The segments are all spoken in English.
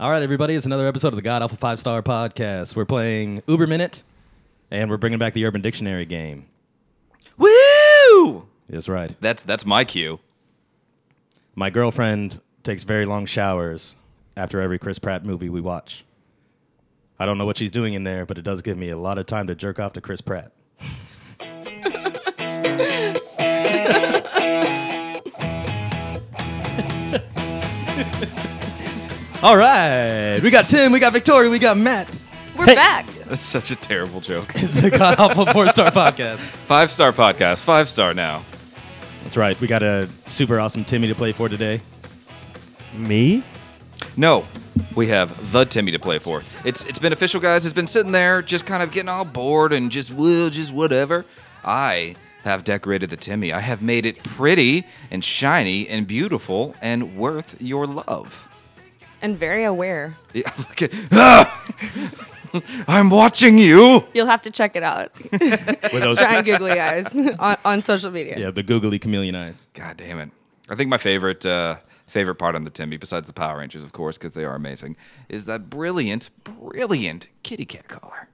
All right, everybody, it's another episode of the God Alpha Five Star Podcast. We're playing Uber Minute, and we're bringing back the Urban Dictionary game. Woo! That's right. That's that's my cue. My girlfriend takes very long showers after every Chris Pratt movie we watch. I don't know what she's doing in there, but it does give me a lot of time to jerk off to Chris Pratt. All right. We got Tim, we got Victoria, we got Matt. We're back. That's such a terrible joke. It's the God Alpha Four Star Podcast. Five star podcast. Five star now. That's right. We got a super awesome Timmy to play for today. Me? No, we have the Timmy to play for. It's it's been official, guys. It's been sitting there, just kind of getting all bored and just will, just whatever. I have decorated the Timmy. I have made it pretty and shiny and beautiful and worth your love. And very aware. Yeah, look at, I'm watching you. You'll have to check it out. With those, Giant googly eyes on, on social media. yeah, the googly chameleon eyes. God damn it! I think my favorite uh, favorite part on the Timmy, besides the Power Rangers, of course, because they are amazing, is that brilliant, brilliant kitty cat collar.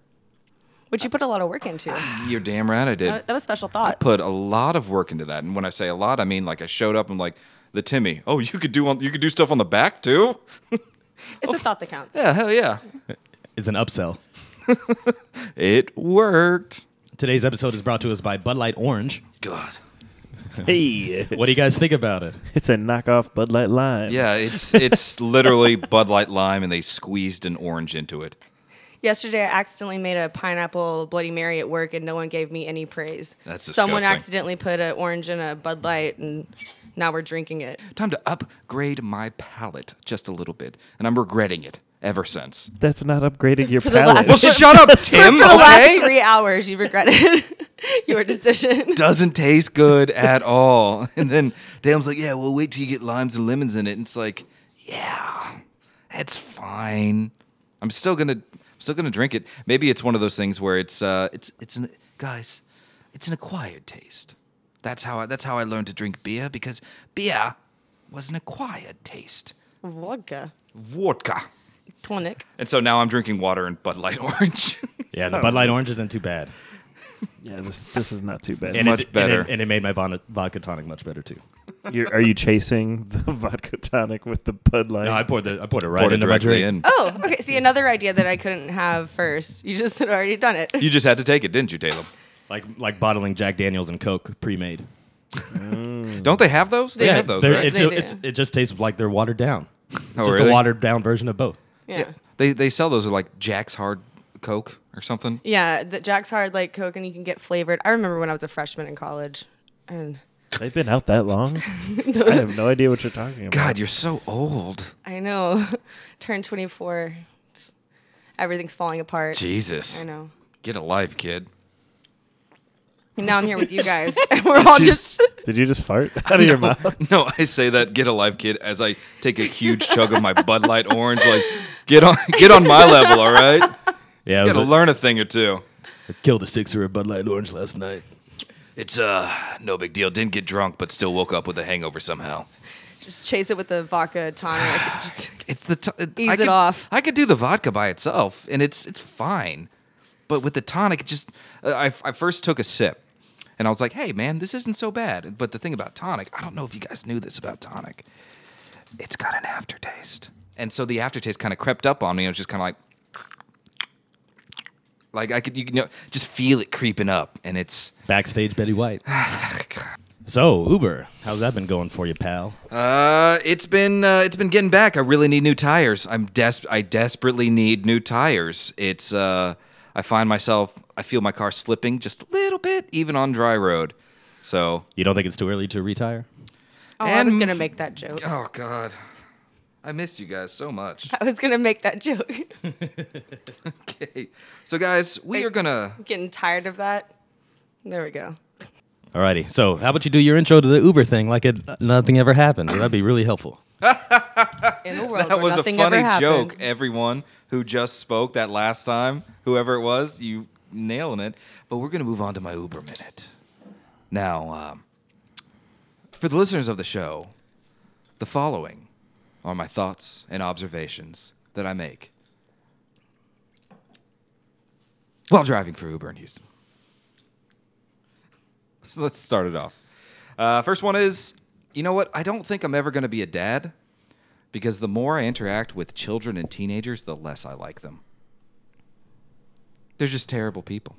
Which you put a lot of work into. You're damn right, I did. That that was special I thought. put a lot of work into that, and when I say a lot, I mean like I showed up and like the Timmy. Oh, you could do on, you could do stuff on the back too. Oh. It's a thought that counts. Yeah, hell yeah, It's an upsell. it worked. Today's episode is brought to us by Bud Light Orange. God. Hey. What do you guys think about it? It's a knockoff Bud Light Lime. Yeah, it's it's literally Bud Light Lime, and they squeezed an orange into it. Yesterday, I accidentally made a pineapple Bloody Mary at work, and no one gave me any praise. That's Someone disgusting. accidentally put an orange in a Bud Light, and now we're drinking it. Time to upgrade my palate just a little bit, and I'm regretting it ever since. That's not upgrading your For the palate. Well, last- shut up, Tim. For the last okay? three hours, you regretted your decision. Doesn't taste good at all. And then Tim's like, "Yeah, well, wait till you get limes and lemons in it." And it's like, "Yeah, that's fine. I'm still gonna, I'm still gonna drink it. Maybe it's one of those things where it's, uh, it's, it's an guys, it's an acquired taste. That's how I, that's how I learned to drink beer because beer was an acquired taste. Vodka. Vodka." Tonic. And so now I'm drinking water and Bud Light Orange. Yeah, the Bud Light Orange isn't too bad. yeah, this, this is not too bad. And much it, better. And it, and it made my von- vodka tonic much better too. You're, are you chasing the vodka tonic with the Bud Light? No, I poured the I poured it right Poured it into my directly drink. in. Oh, okay. See, another idea that I couldn't have first. You just had already done it. You just had to take it, didn't you, Taylor? Like like bottling Jack Daniels and Coke pre-made. Don't they have those? They Yeah, have those, they're- right? it's, They do. it's- it just tastes like they're watered down. It's Oh, just really? a watered down version of both. Yeah. They they sell those at like Jack's Hard Coke or something. Yeah, the Jack's Hard like Coke, and you can get flavored. I remember when I was a freshman in college, and They've been out that long. I have no idea what you're talking about. God, you're so old. I know, turned 24, just- everything's falling apart. Jesus. I know. Get a life, kid. And now I'm here with you guys, and we're all just. Did you just fart out of your mouth? No, I say that get a life, kid, as I take a huge chug of my Bud Light orange. Like, get on, get on my level, all right? Yeah, it, You was gotta a, learn a thing or two. it killed a sixer of Bud Light Orange last night. It's uh no big deal. Didn't get drunk, but still woke up with a hangover somehow. Just chase it with the vodka tonic. Just, It's the t- it- Ease I it could, off. I could do the vodka by itself, and it's it's fine, but with the tonic, it just uh, I I first took a sip, and I was like, hey man, this isn't so bad. But the thing about tonic, I don't know if you guys knew this about tonic, it's got an aftertaste, and so the aftertaste kind of crept up on me. and I was just kind of like, like I could you know just feel it creeping up, and it's Backstage Betty White. so Uber, how's that been going for you, pal? Uh, it's been uh, it's been getting back. I really need new tires. I'm des- I desperately need new tires. It's uh, I find myself I feel my car slipping just a little bit, even on dry road. So You don't think it's too early to retire? oh, I was And- gonna make that joke. oh god, I missed you guys so much. I was gonna make that joke. Okay, so guys, we are gonna Getting tired of that. There we go. Alrighty. So, how about you do your intro to the Uber thing like it nothing ever happened? That'd be really helpful. In the world, that where was a nothing funny ever happened. joke. Everyone who just spoke that last time, whoever it was, you nailing it. But we're gonna move on to my Uber minute. Now, um, for the listeners of the show, the following are my thoughts and observations that I make while driving for Uber in Houston. So let's start it off. Uh, first one is you know what? I don't think I'm ever going to be a dad because the more I interact with children and teenagers, the less I like them. They're just terrible people.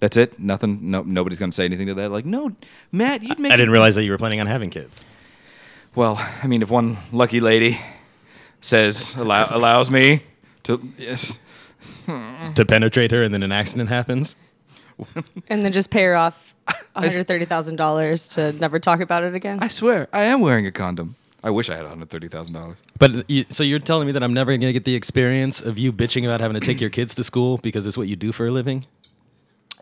That's it. Nothing. No, nobody's going to say anything to that. Like, no, Matt, you'd make. I a didn't realize that you were planning on having kids. well, I mean, if one lucky lady says allow, allows me to yes, To penetrate her and then an accident happens. And then just pay her off $130,000 to never talk about it again. I swear I am wearing a condom. I wish I had one hundred thirty thousand dollars. But you, so you're telling me that I'm never going to get the experience of you bitching about having to take your kids to school because it's what you do for a living?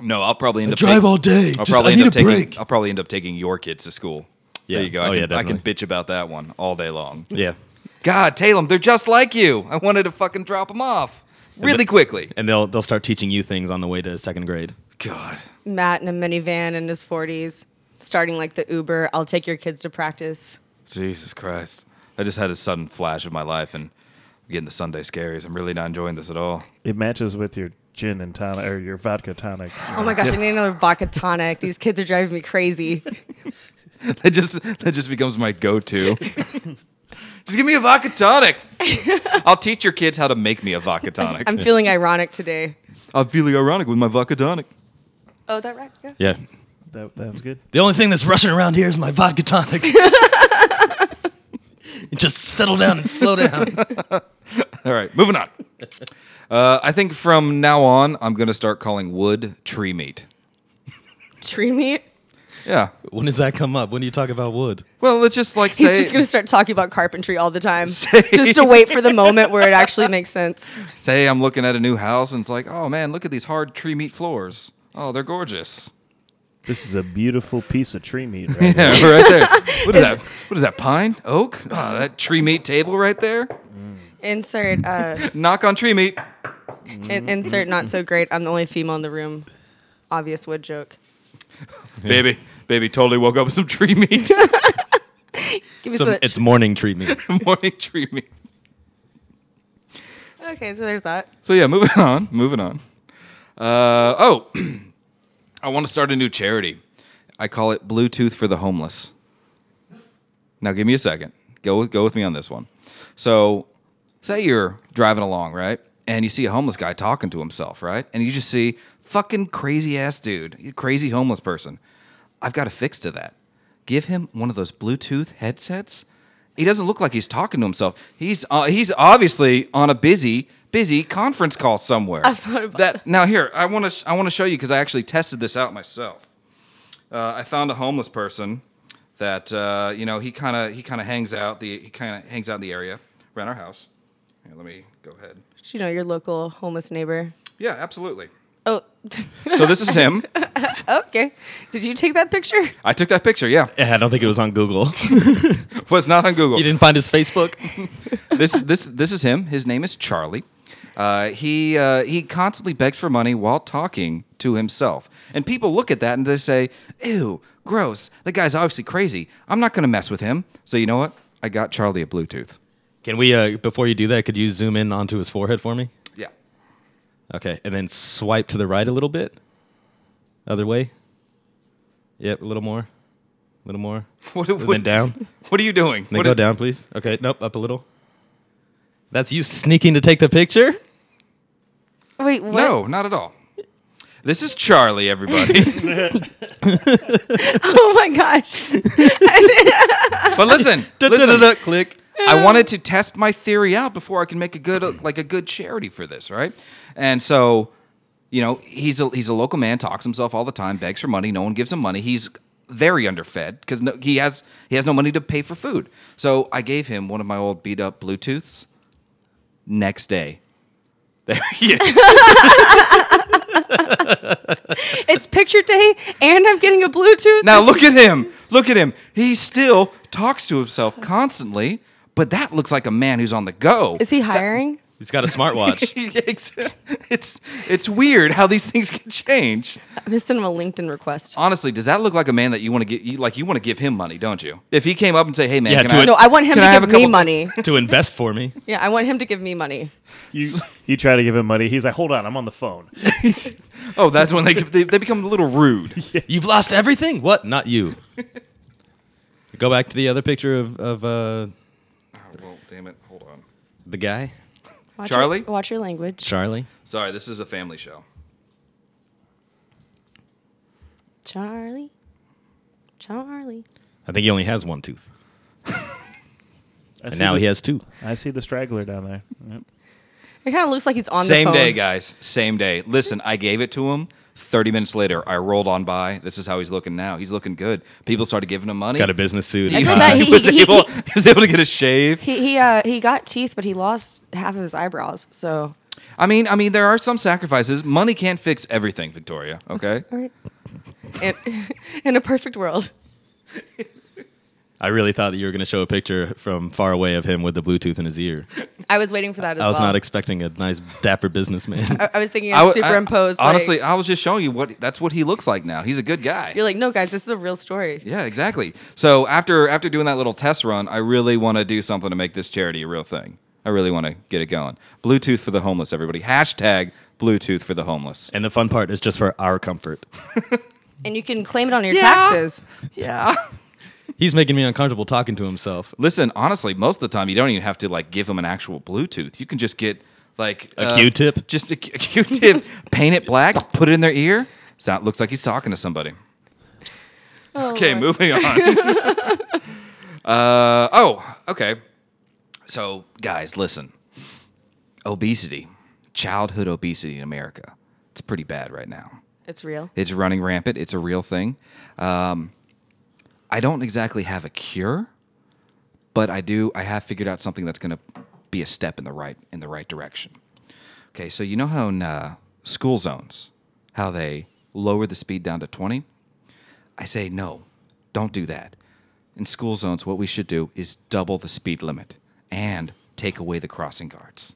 No, I'll probably end up drive taking- all day. I'll Just- I probably end need up a taking. break. I'll probably end up taking your kids to school. Yeah. There you go. I, Oh, can, yeah, I can definitely. bitch about that one all day long. Yeah. God, Talem, they're just like you. I wanted to fucking drop them off really but- quickly. And they'll they'll start teaching you things on the way to second grade. God, Matt in a minivan in his 40s, starting like the Uber, I'll take your kids to practice. Jesus Christ! I just had a sudden flash of my life and I'm getting the Sunday scaries. I'm really not enjoying this at all. It matches with your gin and tonic or your vodka tonic. Oh my gosh, I need another vodka tonic. These kids are driving me crazy. That just that just becomes my go-to. just give me a vodka tonic. I'll teach your kids how to make me a vodka tonic. I'm feeling ironic today. I'm feeling ironic with my vodka tonic. Oh, that right? Yeah. Yeah. That, that was good. The only thing that's rushing around here is my vodka tonic. Just settle down and slow down. All right, moving on. Uh, I think from now on, I'm going to start calling wood tree meat. Tree meat? Yeah. when does that come up? When do you talk about wood? Well, it's just like He's say, just going to start talking about carpentry all the time. Say- just to wait for the moment where it actually makes sense. say I'm looking at a new house and it's like, oh man, look at these hard tree meat floors. Oh, they're gorgeous. This is a beautiful piece of tree meat right here. Yeah, right there. What is that? What is that? Pine? Oak? Oh, that tree meat table right there. Insert, uh, Knock on tree meat. Mm-hmm. in- insert not so great. I'm the only female in the room. Obvious wood joke. Baby, baby totally woke up with some tree meat. Give me some, Some, of that it's morning treatment. Morning tree meat. tr- okay, so there's that. So yeah, moving on, moving on. Uh, oh, I want to start a new charity. I call it Bluetooth for the Homeless. Now give me a second. Go with, go with me on this one. So say you're driving along, right? And you see a homeless guy talking to himself, right? And you just see fucking crazy ass dude, crazy homeless person. I've got a fix to that. Give him one of those Bluetooth headsets. He doesn't look like he's talking to himself. He's uh, he's obviously on a busy busy conference call somewhere. I thought about that. Now here, I want to sh- I want to show you because I actually tested this out myself uh, I found a homeless person that uh, you know he kind of he kind of hangs out the he kind of hangs out in the area around our house. Here, let me go ahead. You know, your local homeless neighbor. Yeah, absolutely. Oh, So this is him. okay. Did you take that picture? I took that picture. Yeah, Yeah, I don't think it was on Google. was not on Google. you didn't find his Facebook? this this this is him. His name is Charlie. Uh, he uh, he constantly begs for money while talking to himself, and people look at that and they say, "Ew, gross! That guy's obviously crazy. I'm not going to mess with him." So you know what? I got Charlie a Bluetooth. Can we, uh, before you do that, could you zoom in onto his forehead for me? Yeah. Okay, and then swipe to the right a little bit. Other way. Yep, a little more. A little more. What, And what- then down. What are you doing? And then What go are- down, please. Okay, nope, up a little. That's you sneaking to take the picture? Wait, what? No, not at all. This is Charlie, everybody. Oh my gosh. but listen, Da-da-da-da, listen. Click. I wanted to test my theory out before I can make a good like a good charity for this, right? And so, you know, he's a he's a local man, talks himself all the time, begs for money, no one gives him money. He's very underfed because no, he has he has no money to pay for food. So I gave him one of my old beat up Bluetooths. Next day, there he is. It's picture day and I'm getting a Bluetooth. Now look at him. Look at him. He still talks to himself constantly, but that looks like a man who's on the go. Is he hiring? He's got a smartwatch. it's it's weird how these things can change. I'm gonna send him a LinkedIn request. Honestly, does that look like a man that you want to get? You, like you want to give him money, don't you? If he came up and say, "Hey man, Yeah, can to I, it- No, I want him Oh, can to I have give a me couple- money. to invest for me. Yeah, I want him to give me money. You you try to give him money. He's like, hold on, I'm on the phone. Oh, that's when they, they they become a little rude. You've lost everything. What? Not you. Go back to the other picture of of uh, Oh, well, damn it. Hold on. the guy, Watch Charlie? your, watch your language. Charlie. Sorry, this is a family show. Charlie, Charlie. I think he only has one tooth, I and see now the, he has two. I see the straggler down there. Yep. It kind of looks like he's on Same the phone. day, guys. Same day. Listen, I gave it to him. 30 minutes later, I rolled on by. This is how he's looking now. He's looking good. People started giving him money. Got a business suit. I and feel tie. bad. he, He- was he- able, he was able to get a shave. He he uh he got teeth, but he lost half of his eyebrows. So I mean, I mean, there are some sacrifices. Money can't fix everything, Victoria. Okay. all right. In, in a perfect world, I really thought that you were going to show a picture from far away of him with the Bluetooth in his ear. I was waiting for that as I was well. not expecting a nice dapper businessman. I, I was thinking I of w- I- superimposed. like- honestly, I was just showing you what that's what he looks like now. He's a good guy. you're like, no, guys, this is a real story. yeah, exactly. So after after doing that little test run, I really want to do something to make this charity a real thing. I really want to get it going. Bluetooth for the homeless, everybody. Hashtag Bluetooth for the homeless. and the fun part is just for our comfort. And you can claim it on your Yeah. taxes. Yeah. He's making me uncomfortable talking to himself. Listen, honestly, most of the time you don't even have to like give them an actual Bluetooth. You can just get like uh, A Q-tip? just a, Q- a Q-tip, paint it black, put it in their ear. Sound looks like he's talking to somebody. okay, moving on. uh, oh, okay. So, guys, listen. Obesity, childhood obesity in America, it's pretty bad right now. It's real. It's running rampant. It's a real thing. Um, I don't exactly have a cure, but I do. I have figured out something that's going to be a step in the right in the right direction. Okay, so you know how in uh, school zones, how they lower the speed down to twenty. I say no, don't do that. In school zones, what we should do is double the speed limit and take away the crossing guards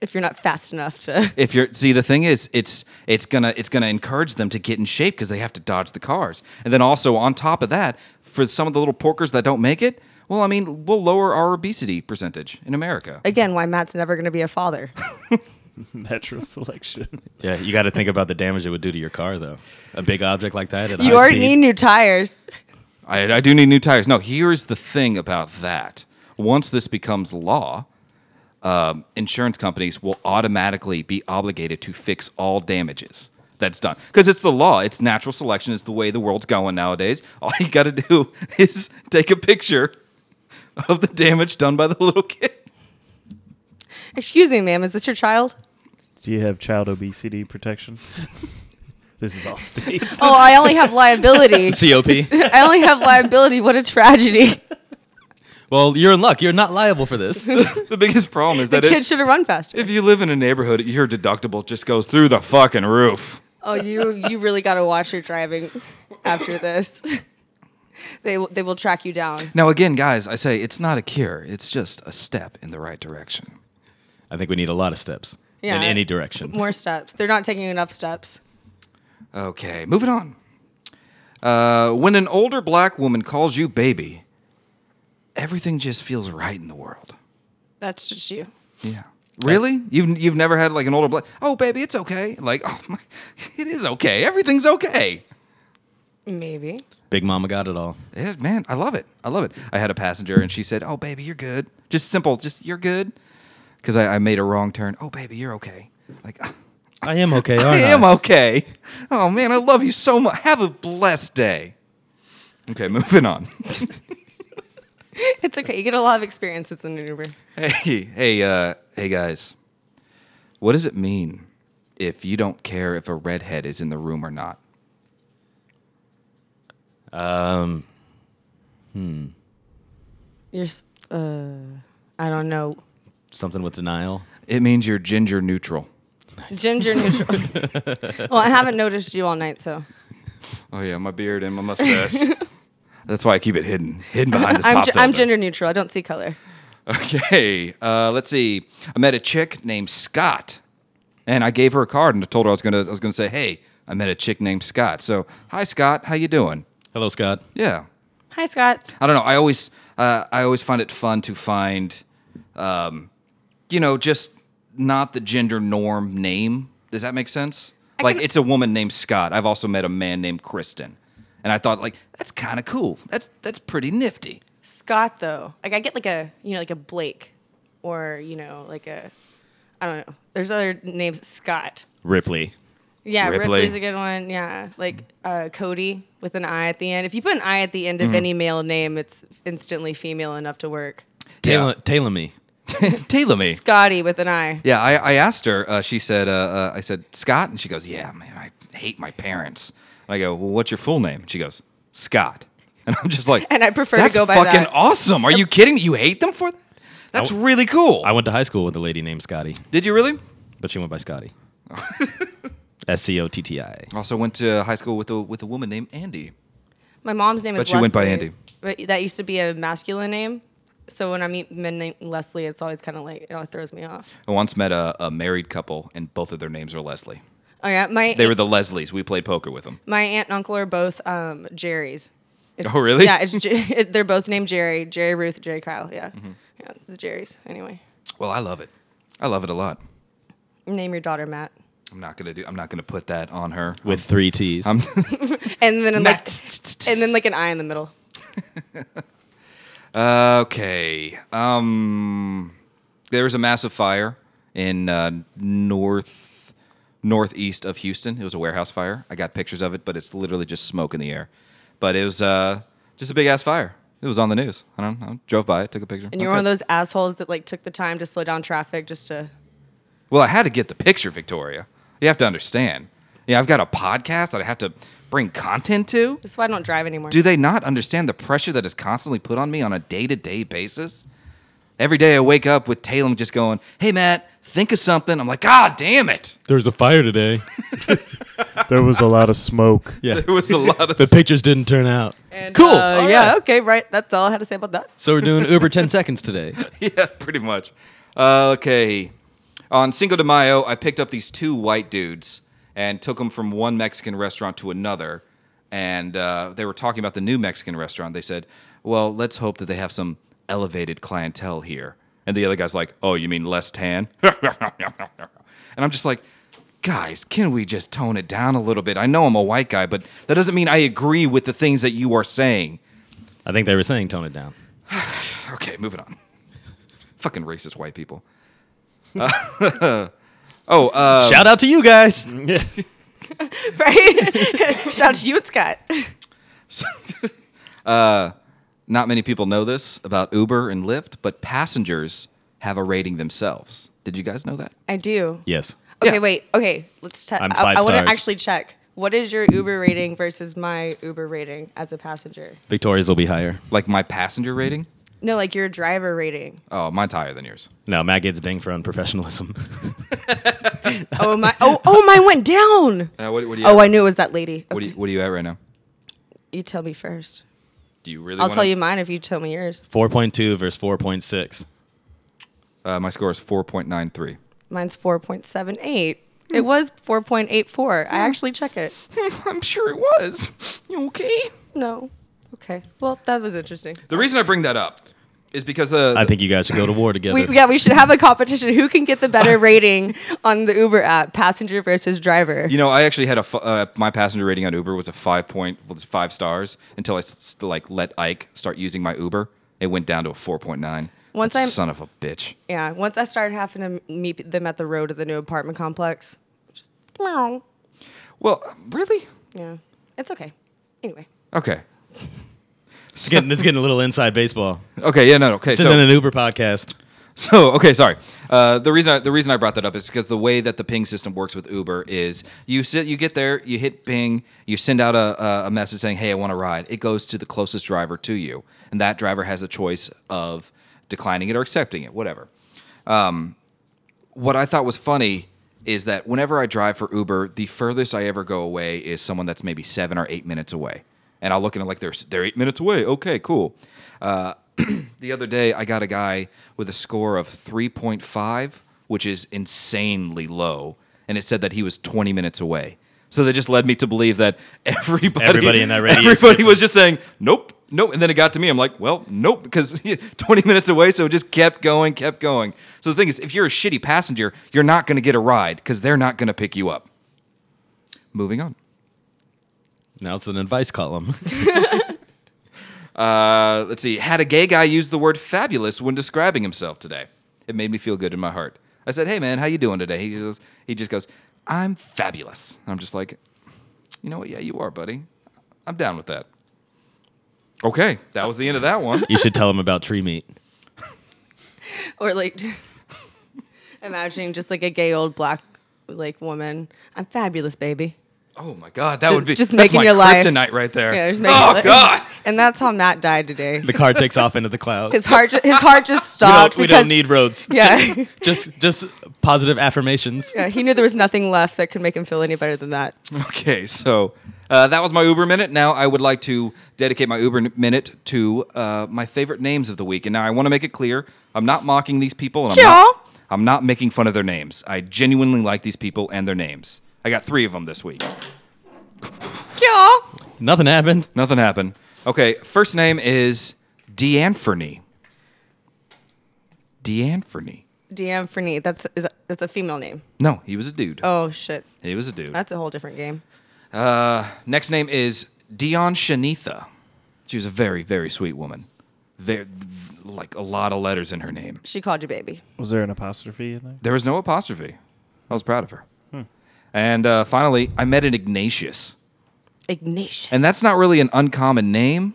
If you're not fast enough to, if you're see the thing is it's it's gonna it's gonna encourage them to get in shape because they have to dodge the cars and then also on top of that for some of the little porkers that don't make it well i mean we'll lower our obesity percentage in america again, why Matt's never going to be a father. Natural selection. Yeah, you got to think about the damage it would do to your car, though. A big object like that. At You high already speed. need new tires. I, I do need new tires no here's the thing about that once this becomes law um, insurance companies will automatically be obligated to fix all damages that's done because it's the law it's natural selection it's the way the world's going nowadays all you got to do is take a picture of the damage done by the little kid Excuse me, ma'am, is this your child? Do you have child obesity protection? this is all state. Oh, I only have liability. COP. I only have liability. What a tragedy. well, you're in luck. You're not liable for this. the biggest problem is The that kid it, should have run faster. if you live in a neighborhood your deductible just goes through the fucking roof Oh, you you really got to watch your driving after this. they will- they will track you down. now again guys i say it's not a cure it's just a step in the right direction I think we need a lot of steps Yeah. in any direction. More steps. They're not taking enough steps. Okay, moving on. Uh, when an older black woman calls you baby, everything just feels right in the world. That's just you. Yeah. Really? You've you've never had like an older black? Oh, baby, it's okay. Like, oh my, it is okay. Everything's okay. Maybe. Big Mama got it all. Yeah, man, I love it. I love it. I had a passenger and she said, "Oh, baby, you're good." Just simple. Just you're good. Because I, I made a wrong turn. Oh, baby, you're okay. Like. I am okay, I aren't I? am okay. Oh man, I love you so much. Have a blessed day. Okay, moving on. It's okay. You get a lot of experiences in an Uber. Hey, hey, uh, hey, guys. What does it mean if you don't care if a redhead is in the room or not? You're. s- Uh, I don't know. Something with denial. It means you're ginger neutral. Ginger neutral. well, I haven't noticed you all night, so Oh yeah, my beard and my mustache. That's why I keep it hidden, hidden behind this I'm pop gi- I'm filter. gender neutral. I don't see color. Okay, uh, let's see. I met a chick named Scott, and I gave her a card and I told her I was gonna I was gonna say, hey, I met a chick named Scott. So hi Scott, how you doing? Hello, Scott. Yeah, Hi, Scott. I don't know. I always uh, I always find it fun to find, um, you know, just not the gender norm name. Does that make sense? like can- it's a woman named Scott. I've also met a man named Kristen, and I thought like that's kind of cool. That's that's pretty nifty. Scott, though, like I get like a you know like a Blake, or you know like a I don't know. There's other names. Scott. Ripley. Yeah, Ripley. Ripley's a good one. Yeah, like uh, Cody with an I at the end. If you put an I at the end Mm-hmm. of any male name, it's instantly female enough to work. Taylor, Taylor me. Taylor me. Scotty with an I. Yeah, I, I asked her. Uh, she said, uh, uh, "I said Scott," and she goes, "Yeah, man, I hate my parents." And I go, "Well, what's your full name?" And she goes, "Scott." And I'm just like, And I prefer to "That's go by fucking that." awesome. Are you kidding me? You hate them for that? That's I w- really cool. I went to high school with a lady named Scotty, Did you really? but she went by Scotty. S C O T T I. Also went to high school with a with a woman named Andy. My mom's name is. But you went by Leslie, Andy. But that used to be a masculine name. So when I meet men named Leslie, it's always kind of like it always throws me off. I once met a, a married couple, and both of their names are Leslie. Oh yeah, my They were the Leslies. We played poker with them. my aunt and uncle are both um, Jerry's. It's- Oh, really? Yeah, it's J- it, they're both named Jerry. Jerry Ruth, Jerry Kyle. Yeah, Mm-hmm. yeah, the Jerry's. Anyway, Well, I love it. I love it a lot. name your daughter Matt. I'm not gonna do. I'm not gonna put that on her. With three T's. And then like, Matt. and then like an I in the middle. Okay. Um, there was a massive fire in uh, north northeast of Houston. It was a warehouse fire. I got pictures of it, but it's literally just smoke in the air. But it was uh, just a big ass fire. It was on the news. I don't know. I drove by it, took a picture. And you're Okay. one of those assholes that like took the time to slow down traffic just to. Well, I had to get the picture, Victoria. You have to understand. Yeah, I've got a podcast that I have to bring content to. That's why I don't drive anymore. Do they not understand the pressure that is constantly put on me on a day to day basis? Every day I wake up with Talem just going, Hey, Matt, think of something. I'm like, God damn it. There's a fire today. There was a lot of smoke. Yeah. There was a lot of. The pictures didn't turn out. And, Cool. uh, All yeah. right. Okay. Right. That's all I had to say about that. So we're doing Uber 10 seconds today. yeah, pretty much. Uh, Okay. On Cinco de Mayo, I picked up these two white dudes and took them from one Mexican restaurant to another. And uh, they were talking about the new Mexican restaurant. They said, well, let's hope that they have some elevated clientele here. And the other guy's like, oh, you mean less tan? and I'm just like, guys, can we just tone it down a little bit? I know I'm a white guy, but that doesn't mean I agree with the things that you are saying. I think they were saying tone it down. Okay, moving on. Fucking racist white people. Uh, oh, uh, Shout out to you guys. Right. Shout out to you, and Scott. uh, not many people know this about Uber and Lyft, but passengers have a rating themselves. Did you guys know that? I do. Yes. Okay. Yeah. Wait. Okay. Let's check. I'm I- five I, want stars. to actually check. What is your Uber rating versus my Uber rating as a passenger? Victoria's will be higher. Like my passenger rating? No, like your driver rating. Oh, mine's higher than yours. No, Matt gets dinged for unprofessionalism. Oh my. Oh oh mine went down. Uh, what, what, do you Oh, I knew it was that lady. what, do you, what are you at right now? You tell me first. Do you really I'll wanna- tell you mine if you tell me yours. 4.2 versus 4.6. Uh, my score is 4.93. Mine's 4.78. Hmm. It was 4.84. I actually check it. I'm sure it was. You okay? No. Okay. Well, that was interesting. The reason I bring that up is because the. I think you guys should go to war together. We, yeah, we should have a competition. Who can get the better rating on the Uber app, passenger versus driver? You know, I actually had a f- uh, my passenger rating on Uber was a five point was five stars until I s- s- like let Ike start using my Uber. It went down to a four point nine. Once That I'm- son of a bitch. Yeah. Once I started having to m- meet them at the road of the new apartment complex, just meow. Well, really? Yeah. It's okay. Anyway. Okay. It's getting, it's getting a little inside baseball. Okay. Yeah. No. no, Okay. This isn't So, an Uber podcast. so okay. Sorry. Uh, the reason I, the reason I brought that up is because the way that the ping system works with Uber is you sit you get there you hit ping you send out a, a- a message saying hey I want a ride it goes to the closest driver to you and that driver has a choice of declining it or accepting it whatever. Um, what I thought was funny is that whenever I drive for Uber, the furthest I ever go away is someone that's maybe seven or eight minutes away, and I'll look at it like they're they're eight minutes away. Okay, cool. Uh, the other day I got a guy with a score of 3.5, which is insanely low, and it said that he was 20 minutes away. So that just led me to believe that everybody, Everybody in that radius everybody was just saying nope, nope, and then it got to me. I'm like, well, nope, because 20 minutes away, so it just kept going, kept going. So the thing is, if you're a shitty passenger, you're not going to get a ride because they're not going to pick you up. Moving on. Now it's an advice column. Uh, let's see. Had a gay guy use the word fabulous when describing himself today. It made me feel good in my heart. I said, "Hey man, how you doing today?" He just goes, he just goes, "I'm fabulous." And I'm just like, "You know what? Yeah, you are, buddy. I'm down with that." Okay, that was the end of that one. you should tell him about tree meat. or like imagining just like a gay old black like woman. I'm fabulous, baby. Oh my god, that Ju- would be just that's making my your life- kryptonite right there. Yeah, just making oh your li- god. And that's how Matt died today. The car takes off into the clouds. His heart, ju- his heart just We don't, stopped. we don't because- need roads. Yeah, Just just positive affirmations. yeah. He knew there was nothing left that could make him feel any better than that. Okay, so uh, that was my Uber minute. Now I would like to dedicate my Uber minute to uh, my favorite names of the week. And now I want to make it clear I'm not mocking these people. And I'm, Sure. not, I'm not making fun of their names. I genuinely like these people and their names. I got three of them this week. Yeah. Nothing happened. Nothing happened. Okay, first name is Deanferny. Deanferny. DM for Neat. That's is that's a female name. No, he was a dude. Oh shit. He was a dude. That's a whole different game. Uh, next name is Dion Shanitha. She was a very, very sweet woman. There, like a lot of letters in her name. She called you baby. Was there an apostrophe in there? There was no apostrophe. I was proud of her. Hmm. And uh, finally, I met an Ignatius, Ignatius. and that's not really an uncommon name,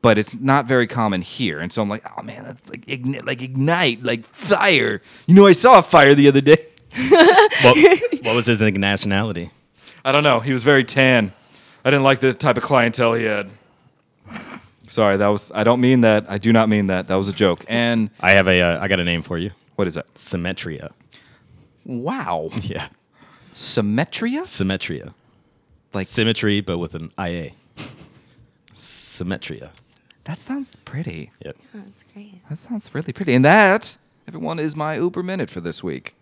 but it's not very common here. And so I'm like, oh man, that's like igni- like ignite, like fire. You know, I saw a fire the other day. What, what was his nationality? I don't know. He was very tan. I didn't like the type of clientele he had. Sorry, that was. I don't mean that. I do not mean that. That was a joke. And I have a. Uh, I got a name for you. what is that? Symmetria. Wow, Yeah, Symmetria. Symmetria. Like- symmetry, but with an IA. Symmetria. That sounds pretty. Yep. That's great. That sounds really pretty. And that, everyone, is my Uber minute for this week.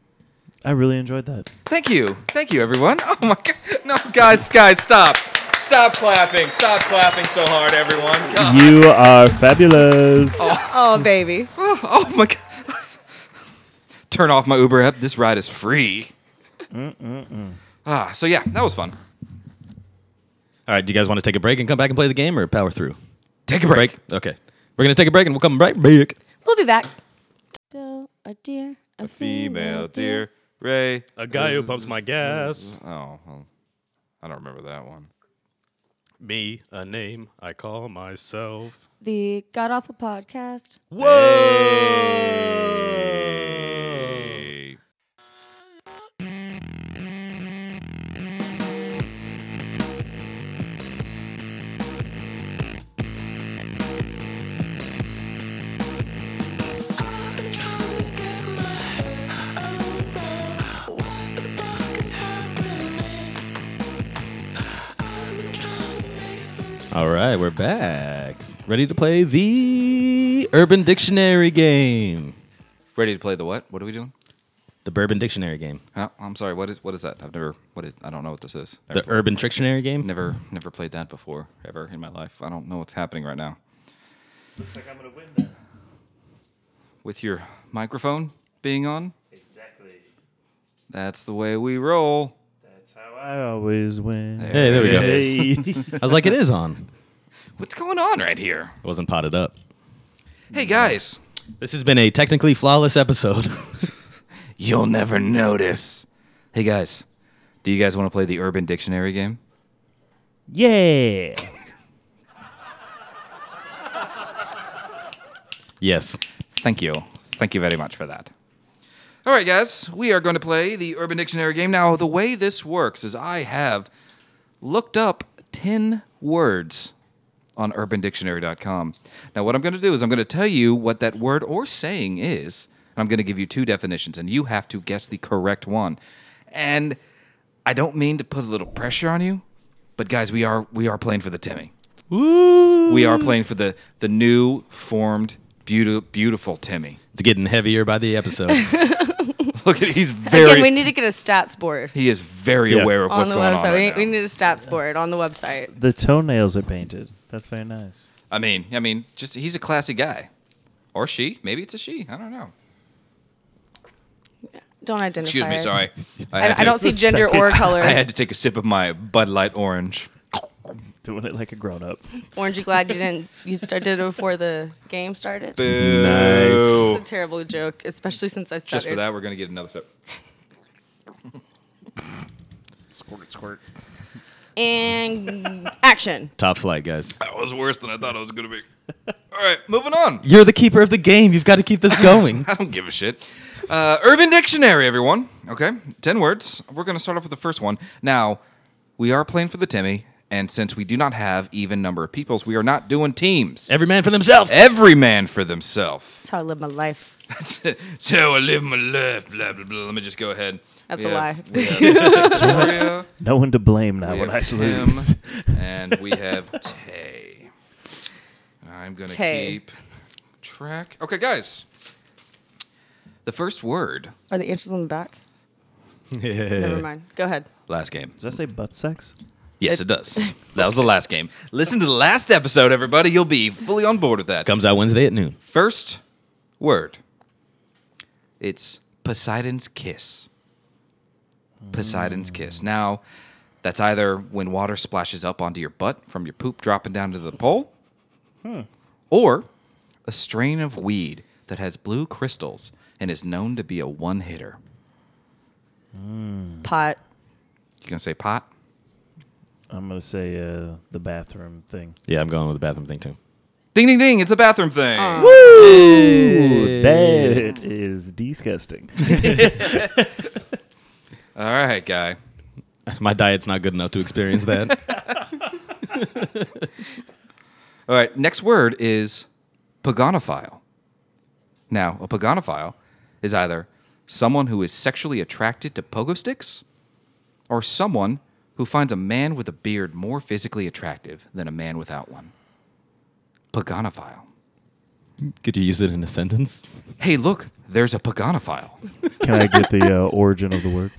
I really enjoyed that. Thank you, thank you, everyone. Oh my god, no, guys, guys, stop, stop clapping, stop clapping so hard, everyone. God. You are fabulous. Oh baby. Oh, oh my god. Turn off my Uber app. This ride is free. Mm, Ah, so yeah, that was fun. All right. Do you guys want to take a break and come back and play the game, or power through? Take a break. Okay. We're gonna take a break and we'll come right back. We'll be back. Still a deer, a, Female dear Ray. A guy who pumps my gas. Oh, well, I don't remember that one. Me, a name I call myself. The god awful podcast. Hey. All right, we're back. Ready to play the Urban Dictionary game. Ready to play the what? What are we doing? The Bourbon Dictionary game. Huh? I'm sorry. What is what is that? I've never. What is? I don't know what this is. Never, The Urban Dictionary game. never never played that before ever in my life. I don't know what's happening right now. Looks like I'm gonna win that. With your microphone being on, Exactly. that's the way we roll. That's how I always win. Hey, there we go. it is. I was like, it is on. What's going on right here? It wasn't potted up. Hey guys. This has been a technically flawless episode. You'll never notice. Hey guys, do you guys want to play the Urban Dictionary game? yeah. yes. Thank you. Thank you very much for that. All right, guys, we are going to play the Urban Dictionary game. Now, the way this works is I have looked up 10 words on urbandictionary.com. Now, what I'm going to do is I'm going to tell you what that word or saying is, and I'm going to give you two definitions, and you have to guess the correct one. And I don't mean to put a little pressure on you, but guys, we are we are playing for the Timmy. We are playing for the the new formed beautiful beautiful Timmy. It's getting heavier by the episode. Look at he's very Again, we need to get a stats board he is very Yeah. aware of on what's the going website. on. we, Right we now. need a stats board on the website. The toenails are painted. That's very nice. I mean, I mean, just he's a classy guy, or she. Maybe it's a she. I don't know. Don't identify. Excuse me, it. sorry. I, I, had I don't to- see gender or color. I had to take a sip of my Bud Light orange. Doing it like a grown up. Orange, you glad you didn't? You started it before the game nice. started. It's a terrible joke, especially since I started. Just for that, we're gonna get another sip. And action. Top flight, guys. That was worse than I thought it was gonna be. All right, moving on. You're the keeper of the game. You've got to keep this going. I don't give a shit. Uh, Urban Dictionary, everyone. Okay, ten words. We're gonna start off with the first one. Now, we are playing for the Timmy, and since we do not have even number of peoples, we are not doing teams. Every man for themselves. Every man for themselves. That's how I live my life. That's it. That's how I live my life. Blah blah blah. Let me just go ahead. That's We a have- lie. we have Victoria. No one to blame now we when I have Tim, lose. and we have Tay. I'm gonna Tay. keep track. Okay, guys. The first word. Are the inches on the back? Never Yeah. mind. Go ahead. Last game. Does that say butt sex? Yes, it does. That was the last game. Listen to the last episode, everybody. You'll be fully on board with that. Comes out Wednesday at noon. First word. It's Poseidon's kiss. Poseidon's kiss. Now, that's either when water splashes up onto your butt from your poop dropping down to the pole, or a strain of weed that has blue crystals and is known to be a one hitter. Pot. You gonna say pot? I'm gonna say uh, the bathroom thing. Yeah, I'm going with the bathroom thing too. Ding ding ding! It's a bathroom thing. Ooh, that is disgusting. All right, guy. My diet's not good enough to experience that. All right, next word is paganophile. Now, a paganophile is either someone who is sexually attracted to pogo sticks or someone who finds a man with a beard more physically attractive than a man without one. Paganophile. Could you use it in a sentence? Hey, look, there's a paganophile. Can I get the uh, origin of the word?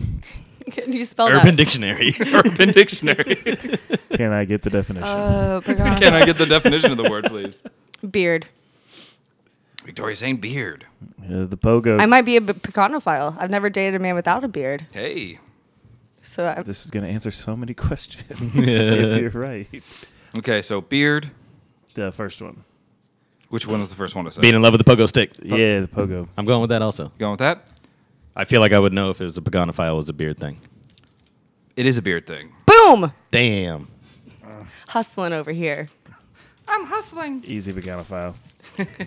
Can you spell Urban that? Dictionary. Urban Dictionary. Can I get the definition? Oh, forgot. Can I get the definition of the word, please? Beard. Victoria's saying beard. Uh, the pogo. I might be a b- pecanophile. I've never dated a man without a beard, Hey. so I, this is gonna answer so many questions. if you're right, Okay, so beard. the first one. Which one was the first one to say? Being in love with the pogo stick. Yeah, the pogo. I'm going with that also. Going with that? I feel like I would know if it was a paganophile was a beard thing. It is a beard thing. boom, Damn. hustling over here. I'm hustling. Easy paganophile.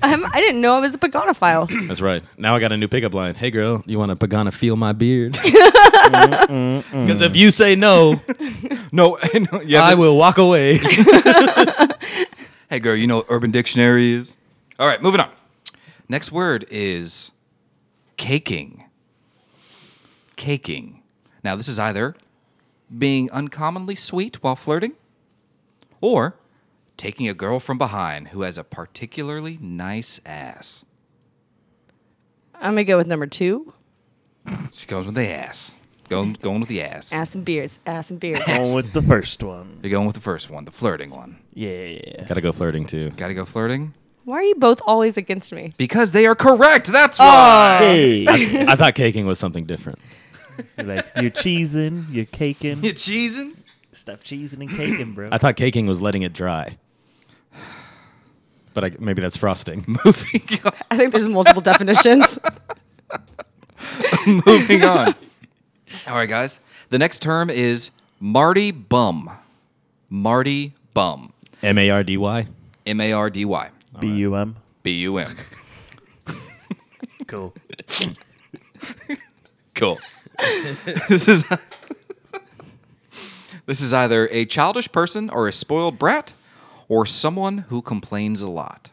I'm, I didn't know I was a pecanophile. That's right. Now I got a new pickup line. Hey girl, you want to pagana feel my beard? Because if you say no, No, no yeah, I but- will walk away. Hey, girl, you know what Urban Dictionary is? All right, moving on. Next word is caking. Caking. Now, this is either being uncommonly sweet while flirting or taking a girl from behind who has a particularly nice ass. I'm gonna go with number two. She goes with the ass. Going, going with the ass. Ass and beards. Ass and beards. Going with the first one. You're going with the first one, the flirting one. Yeah. Gotta go flirting too. Gotta go flirting? Why are you both always against me? Because they are correct. That's why. Hey. I thought caking was something different. You're like you're cheesing, you're caking. You cheesing? Stop cheesing and caking, bro. I thought caking was letting it dry. But I, maybe that's frosting. Moving on. I think there's multiple definitions. Moving on. All right, guys. The next term is Marty Bum. Marty Bum. M A R D Y. M A R D Y. B U M. B U M. Cool. Cool. this is This is either a childish person or a spoiled brat or someone who complains a lot.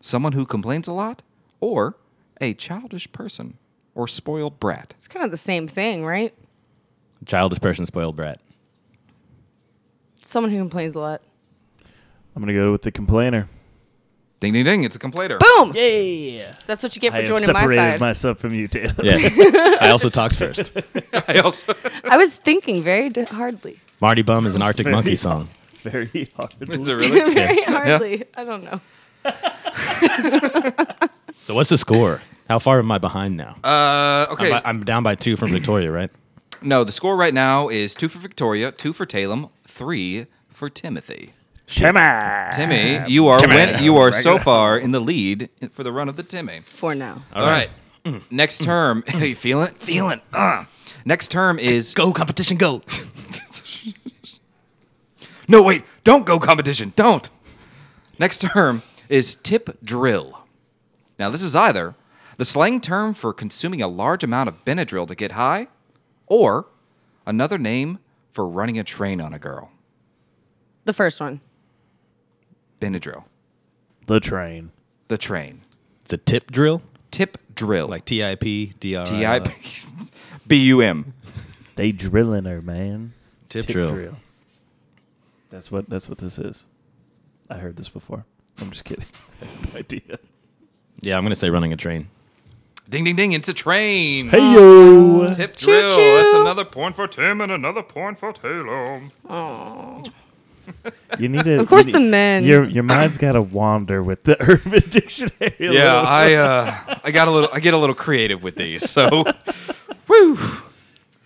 Someone who complains a lot or a childish person or spoiled brat. It's kind of the same thing, right? Childish person, spoiled brat. Someone who complains a lot. I'm gonna go with the complainer. Ding ding ding! It's a complainer. Boom! Yeah. That's what you get for I have joining my separated side. myself from you, Taylor. Yeah. I also talked first. I also I was thinking very d- hardly. Marty Bum is an Arctic Very Monkey song. Very hard. is it really? very hardly. I don't know. So what's the score? How far am I behind now? Uh, okay. I'm, by- I'm down by two from Victoria, right? no, the score right now is two for Victoria, two for Talem, three for Timothy. Timmy. Timmy, you are Timmy. win- you are so far in the lead for the run of the Timmy. For now. All right. Next term, are you feeling it? Feeling. Uh. Next term is Go competition, go. no wait, don't go competition, don't. Next term is tip drill. Now this is either the slang term for consuming a large amount of Benadryl to get high, or another name for running a train on a girl. The first one. Benadryl, The train. the train, It's a tip drill, tip drill, like T I P D R. T I B U M. They drilling her, man. Tip drill. That's what that's what this is. I heard this before. I'm just kidding. I have no idea. Yeah, I'm gonna say running a train. Ding ding ding! It's a train. Hey yo. Tip Choo-choo. drill. That's another point for Tim and another point for Taylor. Oh. You need to Of course you the need- men. Your your mind's gotta wander with the urban dictionary. a Yeah, little. I uh, I got a little I get a little creative with these. So, woo.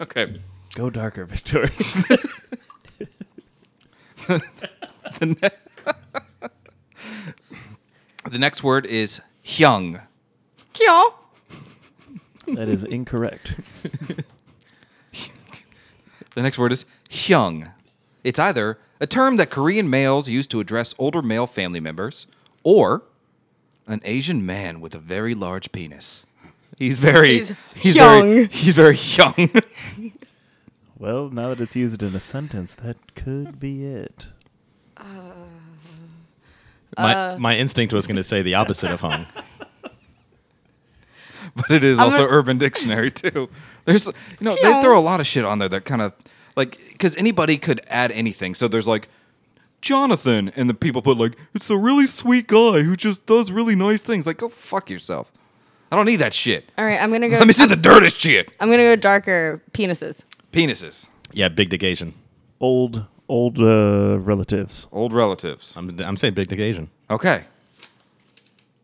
Okay. go darker, Victoria. The next word is hyung. Kyo. that is incorrect. The next word is hyung. It's either a term that Korean males use to address older male family members, or an Asian man with a very large penis. He's very He's very hyung. he's very young. Well, now that it's used in a sentence, that could be it. My my instinct was gonna say the opposite of hung. but it is I'm also gonna- Urban Dictionary too. There's you know they Yeah. throw a lot of shit on there that kind of like because anybody could add anything. So there's like Jonathan, and the people put like it's a really sweet guy who just does really nice things. Like go fuck yourself. I don't need that shit. All right, I'm gonna go. Let me see the dirtiest shit. I'm gonna go darker penises. Penises, Yeah, big negation. Old old uh, relatives. old relatives. I'm I'm saying big negation. Okay.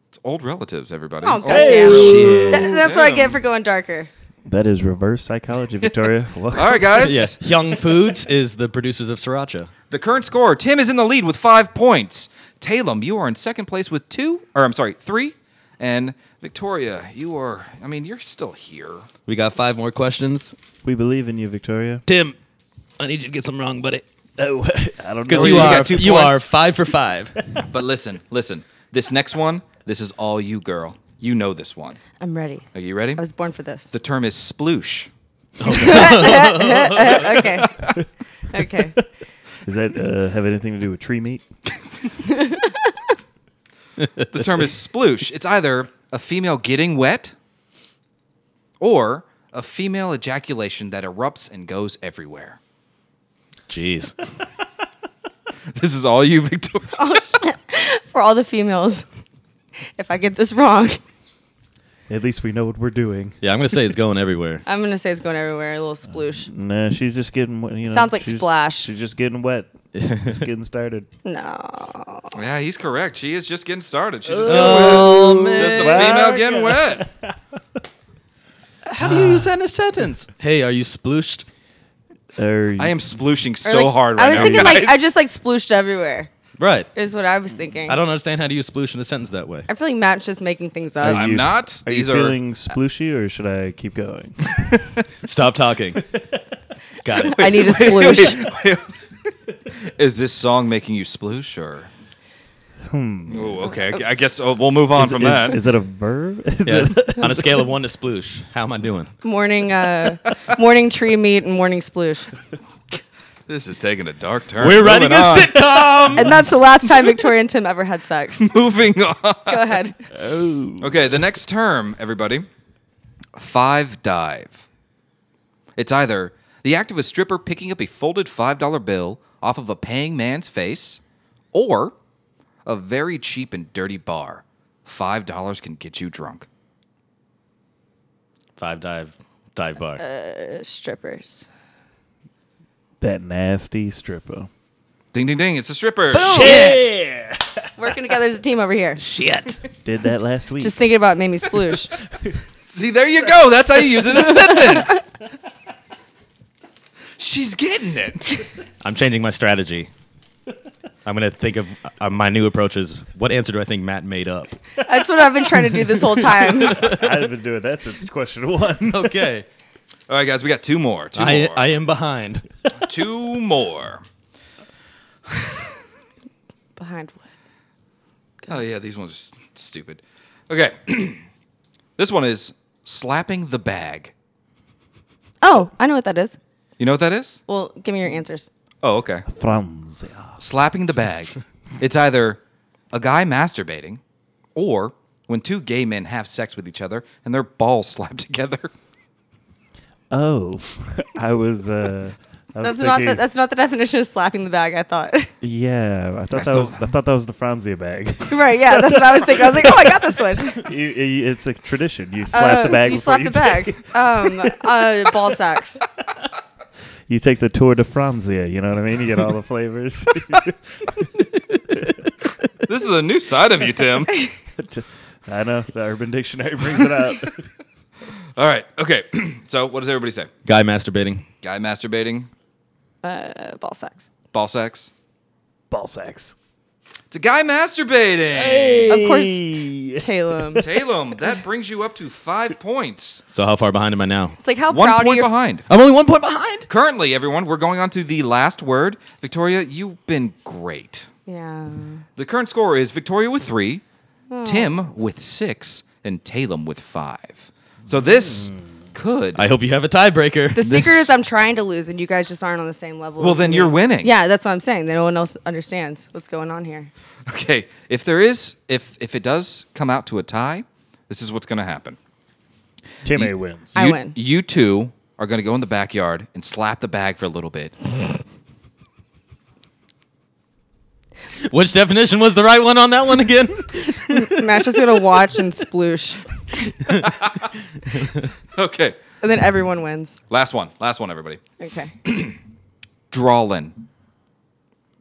It's old relatives, everybody. Oh Old- goddamn! Shit. That- that's what I Damn. get for going darker. That is reverse psychology, Victoria. Welcome. All right, guys. Yeah, Young Foods is the producers of sriracha. The current score: Tim is in the lead with five points. Talem, you are in second place with two, or I'm sorry, three. And Victoria, you are. I mean, you're still here. We got five more questions. We believe in you, Victoria. Tim, I need you to get some wrong, buddy. Oh, I don't know. Because Well, you, you are got two you points. are five for five. But listen, listen. This next one, this is all you, girl. You know this one. I'm ready. Are you ready? I was born for this. The term is sploosh. Okay. okay. Does that uh, have anything to do with tree meat? The term is sploosh. It's either a female getting wet, or a female ejaculation that erupts and goes everywhere. Jeez. This is all you, Victoria. For all the females, if I get this wrong, At least we know what we're doing. Yeah, I'm gonna say it's going everywhere. I'm gonna say it's going everywhere. A little sploosh. Nah, she's just getting. wet, You know, Sounds like she's- splash. She's just getting wet. just getting started. No. Yeah, he's correct. She is just getting started. She's Uh, just Oh Just the Wow. female getting wet. How do you use that in a sentence? Hey, are you splooshed? Or I am splooshing Or so like- hard right I was now. thinking like I guys. just like splooshed everywhere. Right. Is what I was thinking. I don't understand how to use sploosh in a sentence that way. I feel like Matt's just making things Are up. I'm you- not. Are These you are feeling splooshy, or should I keep going? Stop talking. Got it. I need a sploosh. Is this song making you sploosh or? Hmm. Oh, okay. I- I guess uh, we'll move on from is, that. is that a verb? Is Yeah. it- On a scale of one to sploosh, how am I doing? morning, uh, morning tree meat and morning sploosh. this is taking a dark turn. We're writing a Moving on. sitcom. And that's the last time Victoria and Tim ever had sex. Go Moving on. ahead. Okay, the next term, everybody. Five dive. It's either the act of a stripper picking up a folded $5 bill off of a paying man's face or a very cheap and dirty bar. $5 can get you drunk. Five dive dive bar. Uh, strippers. That nasty stripper. Ding, ding, ding. It's a stripper. Shit! Working together as a team over here. Shit. Did that last week. Just thinking about it made me sploosh. See, there you go. That's how you use it in a sentence. She's getting it. I'm changing my strategy. I'm gonna think of uh, my new approaches. What answer do I think Matt made up? That's what I've been trying to do this whole time. I've been doing that since question one. Okay, All right, guys, we got two more. Two I, more. I am behind. two more. Behind what? Oh yeah, these ones are s- stupid. Okay, this one is slapping the bag. Oh, I know what that is. You know what that is? Well, give me your answers. Oh, okay. Franzia. Slapping the bag. It's either a guy masturbating, or when two gay men have sex with each other and their balls slap together. Oh, I was. Uh, I was That's not the, thinking- that's not the definition of slapping the bag. I thought. yeah, I thought That's that the- was. I thought that was the Franzia bag. right? Yeah, that's what I was thinking. I was like, oh, I got this one. You- you- it's a tradition. You slap the Uh, bag. You before slap the bag. take- Um, uh, ball sacks. you take the tour de Franzia. You know what I mean? You get all the flavors. This is a new side of you, Tim. I know the Urban Dictionary brings it up. All right. Okay. so what does everybody say? Guy masturbating. Guy masturbating, Uh, ball sacks. ball sex. Ball sacks. It's a guy masturbating. Of course, Talem. It's Talem, that brings you up to five points. So how far behind am I now? like how One proud of point your behind. I'm only one point behind. Currently, everyone, we're going on to the last word. Victoria, you've been great. Yeah. The current score is Victoria with three, Hmm. Tim with six, and Talem with five. So this Hmm. could. I hope you have a tiebreaker. The secret This- is I'm trying to lose, and you guys just aren't on the same level. well, as then me. you're winning. Yeah, that's what I'm saying. That no one else understands what's going on here. Okay. If there is, if if it does come out to a tie, this is what's going to happen. Timmy wins. I you, win. You two are going to go in the backyard and slap the bag for a little bit. Which definition was the right one on that one again? Matt's just gonna watch and sploosh, okay. and then everyone wins. Last one. Last one, everybody. Okay. drawlin.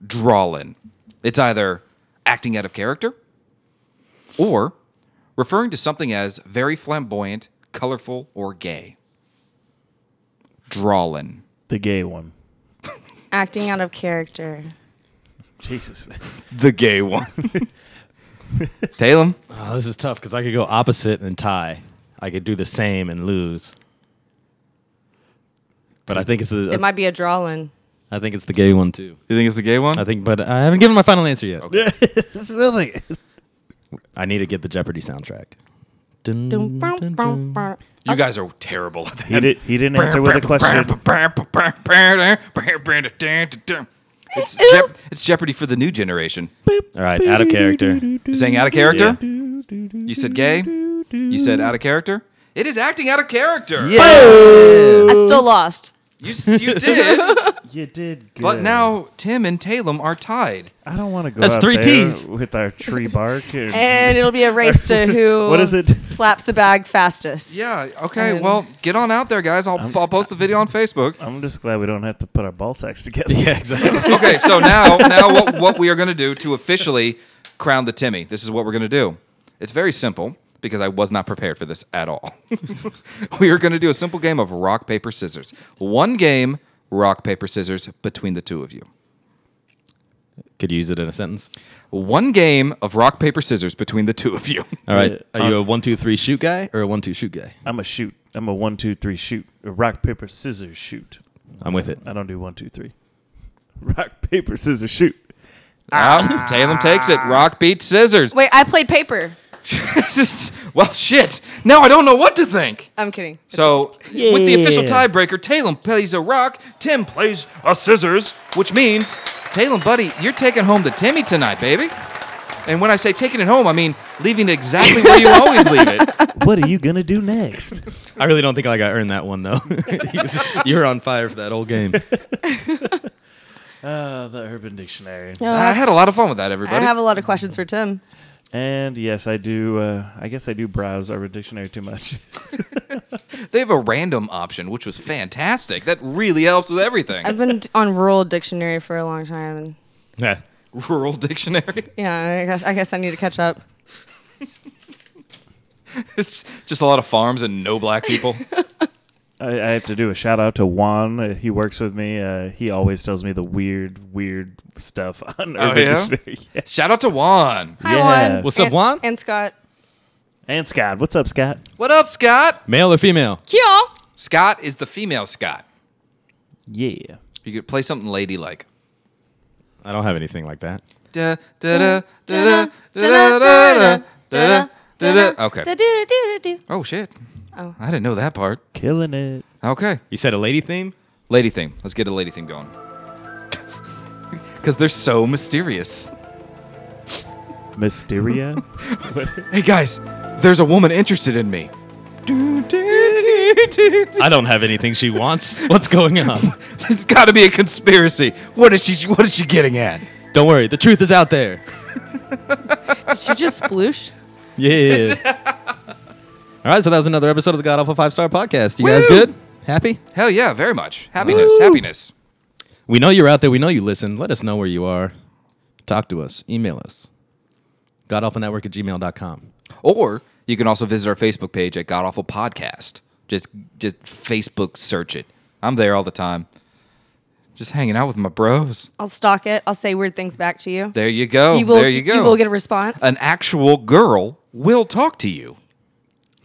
Drawlin. It's either acting out of character or referring to something as very flamboyant, colorful, or gay. Drawlin. The gay one. Acting out of character. Jesus. The gay one. Talem, oh, this is tough because I could go opposite and tie. I could do the same and lose. But I think it's a, It might be a drawlin. I think it's the gay one too. you think it's the gay one? I think, but I haven't given my final answer yet. Silly. I need to get the Jeopardy soundtrack. Dun, dun, dun, dun. You you guys are terrible at that. He did. He didn't answer with a question. It's, Jep- it's Jeopardy for the new generation. All right, out of character. Saying out of character? You said gay? You said out of character? It is acting out of character. Yeah. I still lost. You, s- you did. You did. Good. but now Tim and Talem are tied. I don't want to go That's out three there Ts. with our tree bark. and- And it'll be a race to who What is it? slaps the bag fastest. Yeah, okay. Um, well, get on out there, guys. I'll, I'll post the video on Facebook. I'm just glad we don't have to put our ball sacks together. Yeah, exactly. Okay, so now now what, what we are going to do to officially crown the Timmy, this is what we're going to do. It's very simple because I was not prepared for this at all. we are going to do a simple game of rock, paper, scissors. One game, rock, paper, scissors between the two of you. Could you use it in a sentence. One game of rock, paper, scissors between the two of you. All right, Yeah. are you a one, two, three shoot guy or a one, two shoot guy? I'm a shoot. I'm a one, two, three shoot. A rock, paper, scissors shoot. I'm with it. I don't do one, two, three. Rock, paper, scissors shoot. Out. Talem takes it. Rock beats scissors. Wait, I played paper. This is- well, shit. Now I don't know what to think. I'm kidding. So, with the official Yeah. tiebreaker, Talem plays a rock, Tim plays a scissors, which means, Talem, buddy, you're taking home the Timmy tonight, baby. And when I say taking it home, I mean leaving it exactly where you always leave it. What are you gonna do next? I really don't think like I earned that one though. you were on fire for that whole game. Uh, the Urban Dictionary. I had a lot of fun with that, I everybody. have a lot of questions for Tim. And yes, I do. Uh, I guess I do browse Urban Dictionary too much. they have a random option, which was fantastic. That really helps with everything. I've been on Rural Dictionary for a long time. And Yeah. Rural dictionary. yeah, I guess I guess I need to catch up. It's just a lot of farms and no black people. I, I have to do a shout out to Juan. Uh, he works with me. Uh, he always tells me the weird, weird stuff on Urban yeah? Dictionary. Yeah. Shout out to Juan. Hi, Yeah. Juan. What's up, And- Juan? And Scott. And Scott, what's up, Scott? What up, Scott? Male or female? Kia. Scott is the female Scott. Yeah. You could play something ladylike. I don't have anything like that. Da, da, da, da, da, da, da, da, da, da, da. Okay. Okay. Oh shit. Oh. I didn't know that part. Killing it. Okay. You said a lady theme? Lady theme. Let's get a lady theme going. Because they're so mysterious. Mysteria. Hey guys, there's a woman interested in me. I don't have anything she wants. What's going on? There's got to be a conspiracy. What is she? What is she getting at? Don't worry, the truth is out there. Did she just sploosh? Yeah. All right, so that was another episode of the God Awful Five Star Podcast. You guys good? Happy? Hell yeah, very much. Happiness, happiness. We know you're out there. We know you listen. Let us know where you are. Talk to us. Email us. GodAwfulNetwork at gmail.com. Or you can also visit our Facebook page at God Awful Podcast. Just just Facebook search it. I'm there all the time. Just hanging out with my bros. I'll stalk it. I'll say weird things back to you. There you go. you will, there you go. will get a response. An actual girl will talk to you.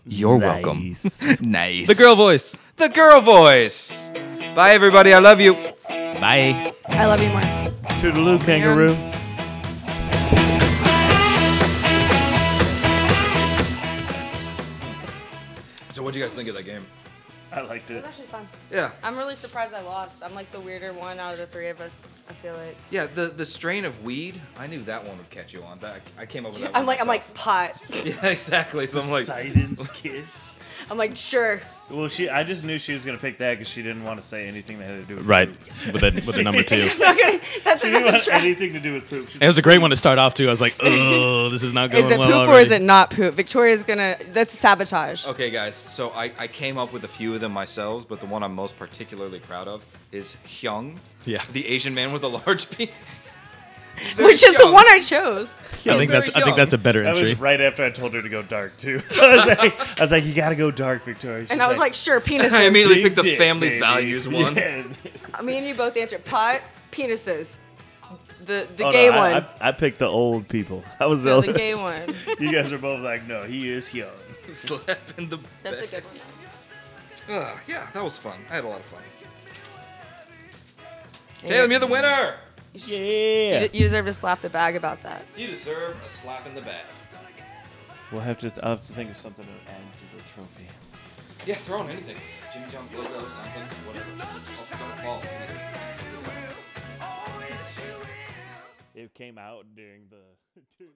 You're welcome. Nice. Nice. The girl voice. The girl voice. Bye everybody. I love you. Bye. I love you more. Toodaloo, kangaroo. So what do you guys think of that game? I liked it. actually fun. Yeah. I'm really surprised I lost. I'm like the weirder one out of the three of us. I feel like Yeah, the, the strain of weed, I knew that one would catch you on. That I came up with that I'm like I'm like pot. Yeah, exactly. So I'm Poseidon's kiss. I'm like sure. Well, she. I just knew she was gonna pick that because she didn't want to say anything that had to do with Right. Poop. With the, with the number two. I'm not gonna. That's, She didn't that's a want trap. anything to do with poop. She's It was a great one to start off to. I was like, oh, this is not going Is it well poop or already. is it not poop? Victoria's gonna. That's sabotage. Okay, guys. So I, I came up with a few of them myself, but the one I'm most particularly proud of is Hyung. Yeah. The Asian man with a large penis. Which is the one I chose. I think that's. I think that's a better That entry. was right after I told her to go dark too. I was like, I was like you gotta go dark, Victoria. She's And I was like, sure, penises. I immediately "You picked the dick, family baby." values one. Yeah. Me and you both answered pot, penises. The the Oh, no, gay I- one. I, I picked the old people. I was No, the the gay one. You guys are both like, no, he is young. Slap in the That's a good one. Ugh, yeah, that was fun. I had a lot of fun. Taylor, you're the winner. Yeah. You, you deserve to slap the bag about that. You deserve a slap in the back. We'll have to. I'll have to think of something to add to the trophy. Yeah, throw on anything. Jimmy John's logo, something, whatever. Oh, don't fall. It came out during the.